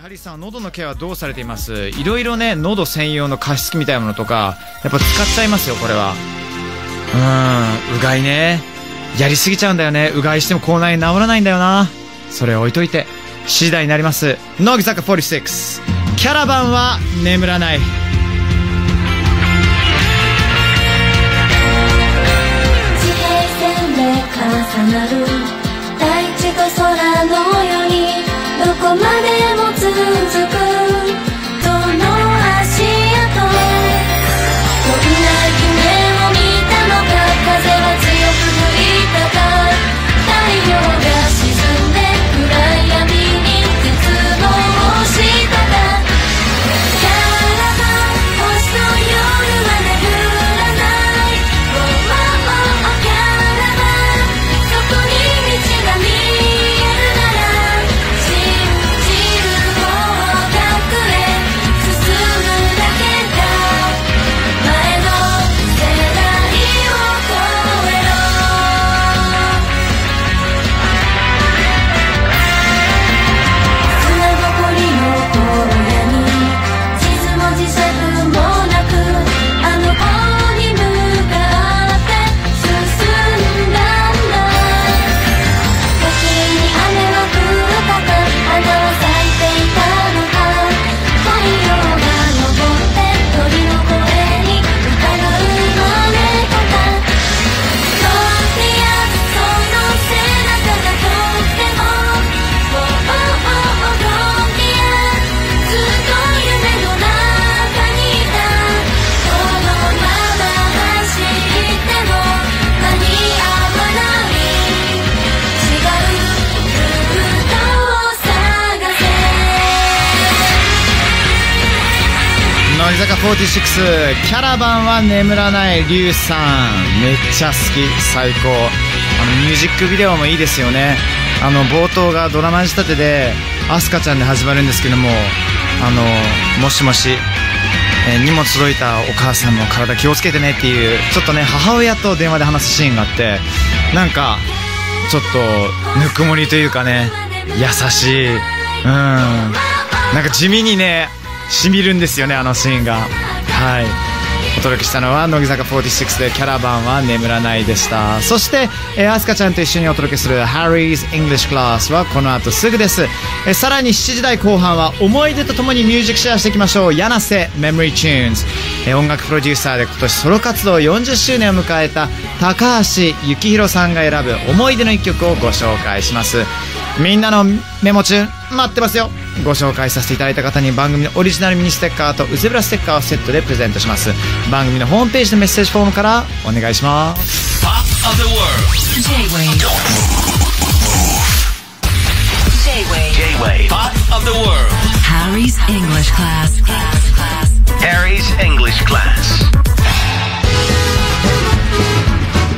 ハリーさん喉のケアはどうされていますいろいろね喉専用の加湿器みたいなものとかやっぱ使っちゃいますよこれはうーんうがいねやりすぎちゃうんだよねうがいしても口内炎治らないんだよなそれ置いといて次第になります乃木坂46キャラバンは眠らない地平線で重なる大地と空のようにどこまでも続くどの足跡伸びない夢を見たのか風は強く吹いたか太陽が沈んで暗闇に絶望したかキャラバン星の夜は眠らない僕らのキャラバンそこに道が見えるなら信じる方角へ進むだけだ前の世代を超えろ砂ぼこりの荒野に地図も磁石もなくあの王に向かって進んだんだ時に雨は降ったか花は咲いていたのか太陽が昇って鳥の声に歌が生まれたか「その背中がとっても僕らの世代を超えろ」「ずっと夢の中にいた」「このまま走っても間に合わない」「違うルートを探せ」乃木坂46キャラバンは眠らないリュウさんめっちゃ好き最高あのミュージックビデオもいいですよねあの冒頭がドラマ仕立てでアスカちゃんで始まるんですけどもあのもしもし、えー荷物届いたお母さんも体気をつけてねっていうちょっとね母親と電話で話すシーンがあってなんかちょっとぬくもりというかね優しいうんなんか地味にねしみるんですよねあのシーンがはいお届けしたのは乃木坂46で「キャラバンは眠らない」でしたそして、えー、アスカちゃんと一緒にお届けする「ハリーズ・イングリッシュ・クラス」はこの後すぐです、えーさらに7時台後半は思い出とともにミュージックシェアしていきましょう柳瀬メモリー・チューンズ、えー音楽プロデューサーで今年ソロ活動40周年を迎えた高橋幸宏さんが選ぶ思い出の一曲をご紹介しますみんなのメモ中待ってますよご紹介させていただいた方に番組のオリジナルミニステッカーとウゼブラステッカーをセットでプレゼントします番組のホームページのメッセージフォームからお願いします Pop of the world. J-Wave. J-Wave. J-Wave. Pop of the world. Harry's English class. class, class. Harry's English class.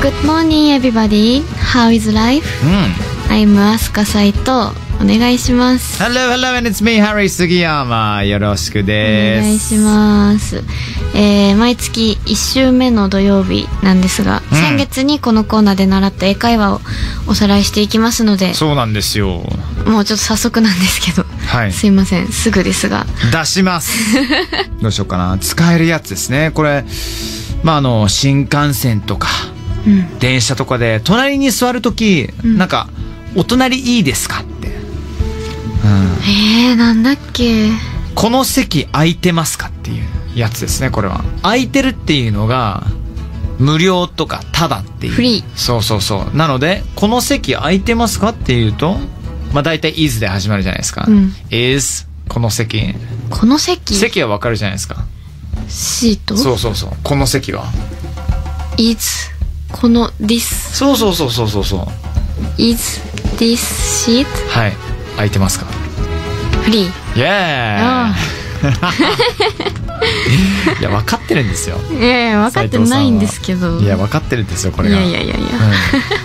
Good morning, everybody. How is life? うん I'm Asuka Saito. お願いします。 Hello, hello, and it's me, Harry 杉山よろしくおです願いします。えー毎月1週目の土曜日なんですが、うん先月にこのコーナーで習った英会話をおさらいしていきますので、そうなんですよもうちょっと早速なんですけど、はいすいません、すぐですが。出します どうしようかな使えるやつですねこれまああの新幹線とかうん。電車とかで隣に座るとき、んなんか「お隣いいですか?」って、うんえー、なんだっけ。 「この席空いてますか?」っていうやつですねこれは空いてるっていうのが無料とかタダっていうフリーそうそうそうなので「この席空いてますか?」っていうとまあ大体「is」で始まるじゃないですか「うん is」この席この席、席はわかるじゃないですかシート、そうそうそうこの席は is、この this, そうそうそうそうそうそう is, this seat, はい空いてますかフリー。イエーイあ いや分かってるんですよいやいや分かってないんですけどいや分かってるんですよこれいがやいやいやいや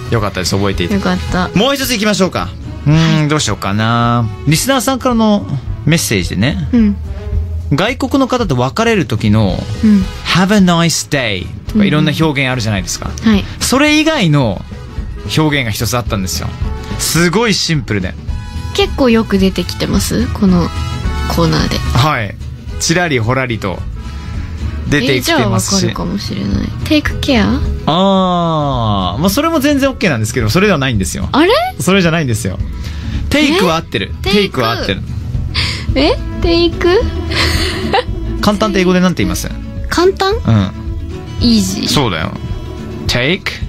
うんよかったです覚えていてよかったもう一つ行きましょうかうーんどうしようかなリスナーさんからのメッセージでねうん外国の方と別れる時のうん「Have a nice day」とうかんいろんな表現あるじゃないですかはいそれ以外の表現が一つあったんですよすごいシンプルで結構よく出てきてますこのコーナーではいちらりほらりと出てえきじゃてあわまかすしるかもしれないテイクケアああまあそれも全然 OK なんですけどそれではないんですよあれそれじゃないんですよテイクは合ってるえテイクは合ってるえテイク簡単って英語でなんて言います簡単うんイージーそうだよ Take?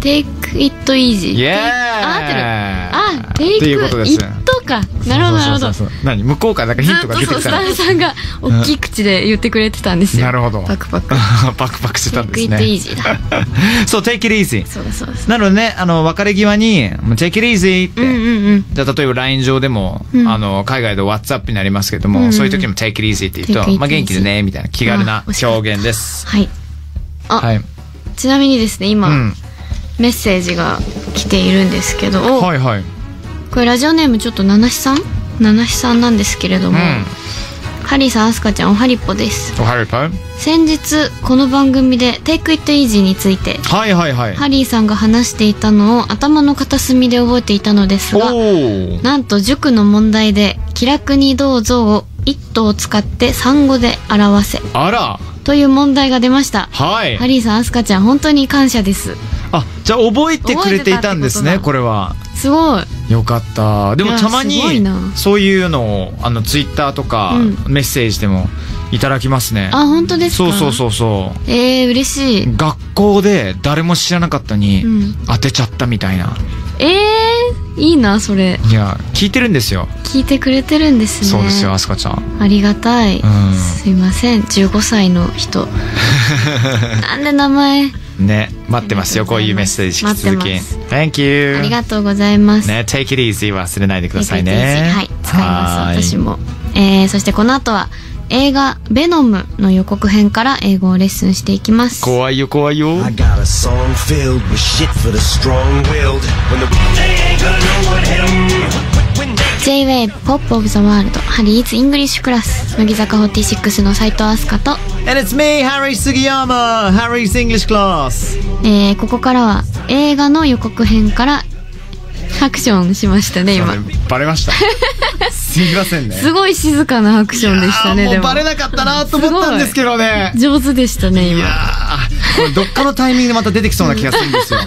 テイクイットイージー Yeah あ合ってるあとテいイうクことですイットかなるほどなるそうほどそうそうそう何向こうからなんかヒントがあ出てそうきそたうらスタンさんが大きい口で言ってくれてたんですよなるほどパクパク パクパクしてたんですテイクイねットイージーだ そう Take it easy そうだそうだなのでねあの別れ際に「もう Take it easy」って、うんうんうんじゃあ例えば LINE 上でも、あの海外で WhatsApp になりますけども、そういう時も Take it easy って言う Take と、 it まあ、元気でねみたいな気軽なあ惜しかった表現ですはいあはい、ちなみにですね今、うん、メッセージが来ているんですけど、おはいはいこれラジオネームちょっと七七さん七七さんなんですけれども、ハリーさんアスカちゃんおはりっぽですおはようパン先日この番組で「テイクイットイージーについてはいはいはいハリーさんが話していたのを頭の片隅で覚えていたのですおがーなんと塾の問題で「気楽にどうぞ」を「一頭」を使って産後で表せあらという問題が出ましたはい、ハリーさんアスカちゃん本当に感謝ですあじゃあ覚えてくれていたんです覚えてたってことねだこれはすごいよかったでいもやたまにすごいなそういうのをあのツイッターとか、うメッセージでもいただきますねあ本当ですそうかそううそうそうえー、嬉しい学校で誰も知らなかったにうん当てちゃったみたいな、えー、いいなそれいや聞いてるんですよ、聞いてくれてるんですねそうですよあすかちゃんありがたい、んすいません15歳の人 なんで名前ね待ってますよこういうメッセージ引き続き待って Thank you ありがとうございます、ね Take it easy 忘れないでくださいね PPTG はい使いはまーす私も、えー、そしてこの後は映画「ベノム」の予告編から英語をレッスンしていきます怖いよ怖いよ I got a song filled with shit for the strong-willed. When the They ain't gonna know what hit 'em when they J-WAVE POP of the World ハリーズ・イングリッシュクラス乃木坂46の斉藤飛鳥と、 And it's me Harry Sugiyama Harry's English Class えー、ここからは映画の予告編からアクションしましたね今バレました すいませんねすごい静かなアクションでしたあねーもでうもバレなかったなと思ったんですけどね上手でしたね今あーこれどっかのタイミングでまた出てきそうな気がするんですよ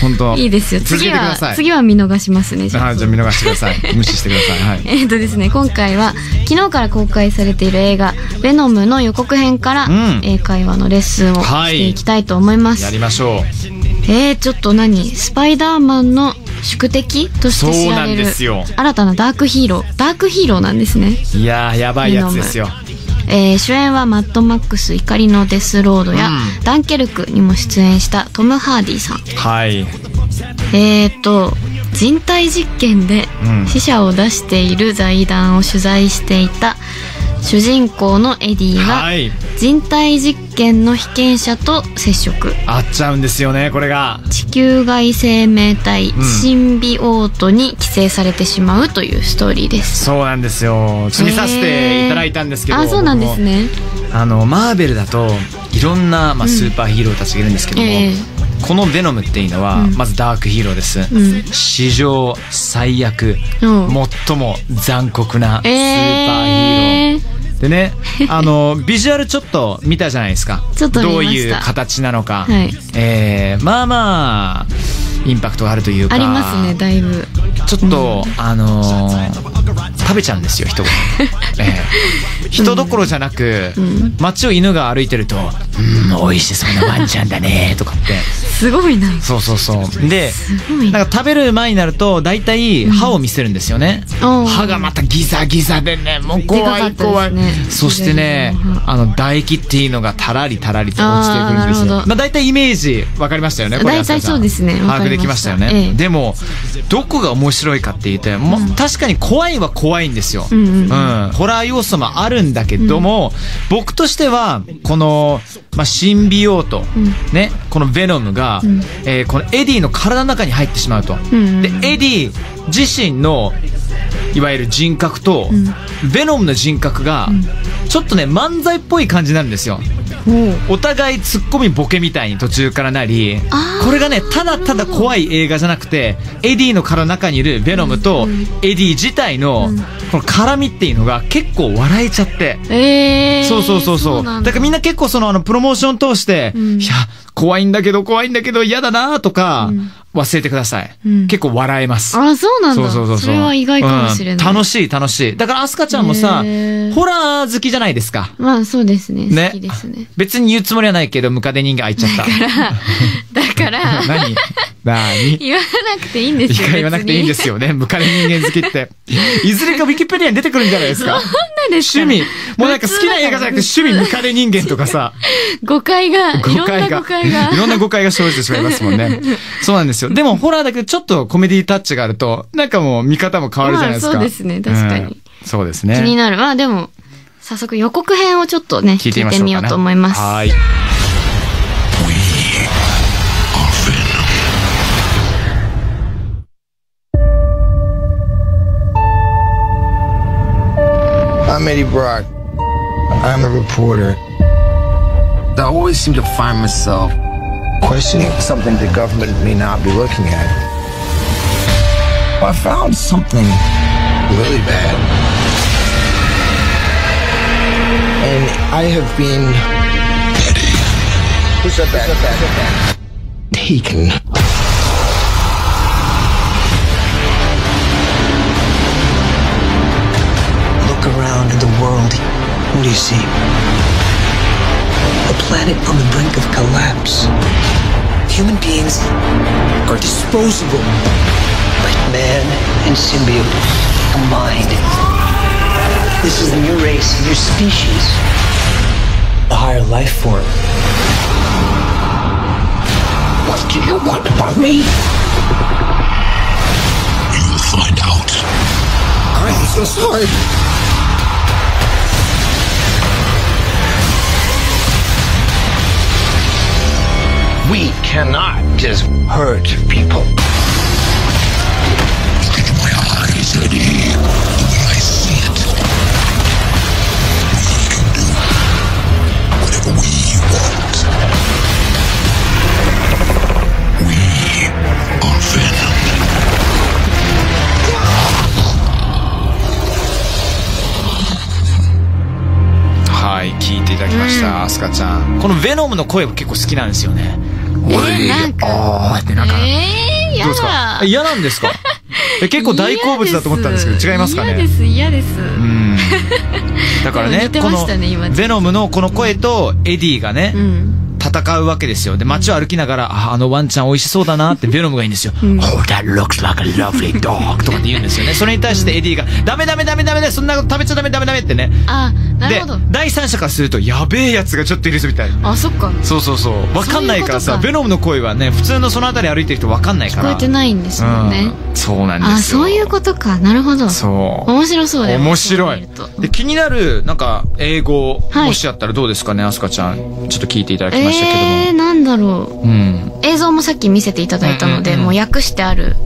本当 いいですよ続け次てくだはさい次は見逃しますねじゃああーじゃあ見逃してください無視してくださいはいえっとですね今回は昨日から公開されている映画「ベノム」の予告編から、ん英会話のレッスンをはしいていきたいと思います、やりましょうえー、ちょっと何スパイダーマンの宿敵として知られるそうなんですよ新たなダークヒーローダークヒーローなんですね、いやーやばいやつですよえー主演はマッドマックス怒りのデスロードや、ダンケルクにも出演したトム・ハーディさんはいえー、と人体実験でうん死者を出している財団を取材していた主人公のエディがはい人体実験の被験者と接触あっちゃうんですよねこれが地球外生命体んシンビオートに寄生されてしまうというストーリーです。そうなんですよ見させていただいたんですけど、えーあそうなんですね。あのマーベルだといろんな、まあ、スーパーヒーローたちがいるんですけども、ええこの「ベノム」っていうのは、まずダークヒーローです、ん史上最悪、うん最も残酷なスーパーヒーロー、えー、でねあの ビジュアルちょっと見たじゃないですかちょっと見ましたどういう形なのか、はいえーまあまあインパクトがあるというかありますねだいぶ。ちょっと、あのー食べちゃうんですよ 人が、ええ人どころじゃなく、街を犬が歩いてると「うん美味しそうなワンちゃんだ ね」とかってすごいな。そうそうそうですごいななんか食べる前になると大体歯を見せるんですよね、うん歯がまたギザギザでねもうでか怖かいったですね怖い、そしてねギザギザのあの唾液っていうのがたらりたらりと落ちてくるんですあーなよるほどまあ、大体イメージ分かりましたよねこれ大体そうですね安田さん把握できましたよね、わかりましたええでもどこが面白いかって言ってもう確かに怖いは怖いんですよ、んうんうんホラー要素もあるんだけども、僕としてはこの、まあ、シンビオート、ね、このヴェノムが、えーこのエディの体の中に入ってしまうと、んでエディ自身のいわゆる人格と、ヴェノムの人格がちょっとね漫才っぽい感じなんですよお互いツッコミボケみたいに途中からなりあーこれがねただただ怖い映画じゃなくてエディの殻の中にいるベノムとエディ自体のこの絡みっていうのが結構笑えちゃってえー、そうそうそうそう。なだんからみんな結構そのあのプロモーション通して、んいや、怖いんだけど怖いんだけど嫌だなとか、忘れてください、うん結構笑えます。あそうなんだそうそうそうう。れは意外かもしれない、うん楽しい楽しい。だからアスカちゃんもさ、へーホラー好きじゃないですか。まあそうですねね好きですね別に言うつもりはないけど、ムカデ人間開いちゃった。だから何何言わなくていいんです一よ回 言わなくていいんですよね。ムカデ人間好きって。いずれかウィキペディアに出てくるんじゃない ですか。なんです趣か味。もうなんか好きな映画じゃなくて趣味ムカデ人間とかさ。誤解がい誤ろん解なが誤解がいろんな誤解が生じてしまいますもん ね。そうなんですよ。でも、ホラーだけど、ちょっとコメディタッチがあると、なんかもう見方も変わるじゃないですか。まあそうですね確かにうんそうです気にね。なるまあでも早速予告編をちょっとね聞聞いてみいまてしょうかね。みようと思いますはい。 I'm Eddie Brock. I'm a reporter. I always seem to find myself questioning something the government may not be looking at. I found something really bad. And I have been. Who said that? Taken. Look around at the world. What do you see? A planet on the brink of collapse. Human beings are disposable. But man and symbiote combined. This is a new race, a new species. A higher life form. What do you want about me? You'll find out. I'm so sorry. We cannot just hurt people. Look into my eyes, Eddie. The way I see it. We can do whatever we want. We are Venom. はい聞いていただきました、アスカちゃんこのヴェノムの声も結構好きなんですよね。えー、なんか Oh, あーってなんか、えー、どうやですかだえ嫌なんです かえ結構大好物だと思ったんですけど、違いますかね嫌です嫌です、うん。だ からね、でこも似ての、ましたね今ヴェノムのこの声と、エディがね、うん、戦うわけですよ。で、街を歩きながら、ああのワンちゃん美味しそうだな ってベノムが言うんですよ。oh, that looks like a lovely dog とかって言うんですよね。それに対してエディが、ダメダメダメダメだよそんなこと食べちゃダメダメダメってね。あなるでほど、第三者からすると、やべえやつがちょっといるぞみたいな。あそっかそうそうそう。わかんないからそうさ、いうことかベノムの声はね、普通のその辺り歩いてる人わかんないか聞こら。えてないんですもんね、うん。そうなんあですよ。そういうことかなるほどそう。面白そうだよ面白いそう見ると。で、気になる、なんか、英語、はいもしあったらどうですかね、アスカちゃん。ちょっと聞いていただきましたけども。えー、なんだろうん。う映像もさっき見せていただいたのうで、んうんうんもう訳してある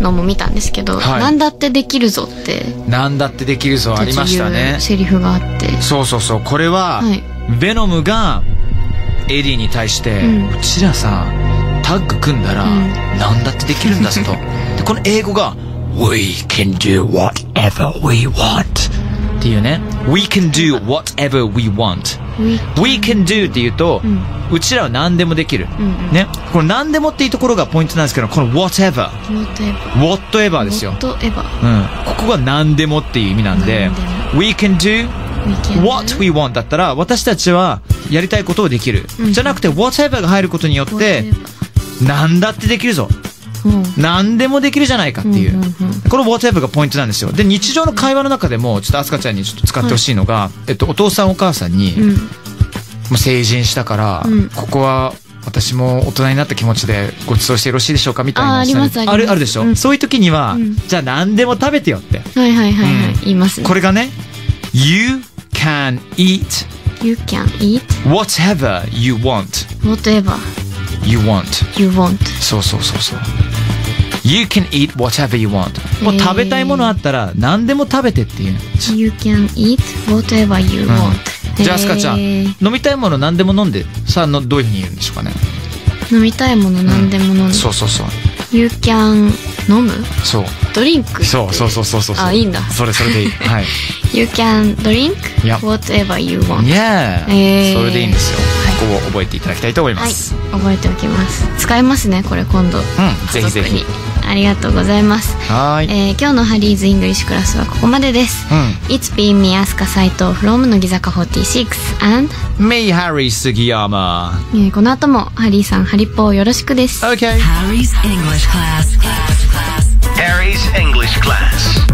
のも見たんですけど、はいなんだってできるぞってなんだってできるぞありましたね途中セリフがあってそうそうそうこれは、はいベノムがエディに対して、ううんちらさタッグ組んだら、うんなんだってできるんだぞ とでこの英語が「We can do whatever we want」っていうね「We can do whatever we want」 We 「We can do」って言うと、ううんちらは何でもできる、うんうんねこの何でもっていうところがポイントなんですけどこの「whatever」 Not 「 ever whatever」ですよ Not ever うん、ここが何でもっていう意味なんで「何で We can do We can what we want」だったら私たちはやりたいことをできる、うんじゃなくて「whatever」が入ることによって何だってできるぞうん何でもできるじゃないかっていう,、うんうんうんこの whatever がポイントなんですよで日常の会話の中でもちょっとアスカちゃんにちょっと使ってほしいのが、えっと、お父さんお母さんに、うんもう成人したから、うんここは私も大人になった気持ちでご馳走してよろしいでしょうかみたいなあーありますあありるますあるでしょ、うんそういう時には、うんじゃあ何でも食べてよってはいはいはいはい、うん言いますねこれがね You can eat You can eat whatever you want whatever You want you want そうそうそうそう You can eat whatever you want もう食べたいものあったら何でも食べてっていう You can eat whatever you want、うんじゃあアスカちゃんえー飲みたいもの何でも飲んでさあのどういうふうに言うんでしょうかね飲みたいもの何でも飲んで、そうそうそう You can 飲むそうドリンクそうそうそうそうそうあいいんだそれそれ でいいはい You can drink Yeah whatever you want、イエえーーそれでいいんですよここを覚えていただきたいと思いまはいす、覚えておきます使いますねこれ今度、うんぜひぜひ家族にありがとうございますはーいえー今日のハリーズイングリッシュクラスはここまでです、ういつ It's been me アスカ斎藤 from 乃木坂46 and、メイハリー杉山えーこの後もハリーさんハリポーよろしくです OK Harry's English class. class, class. Harry's English class.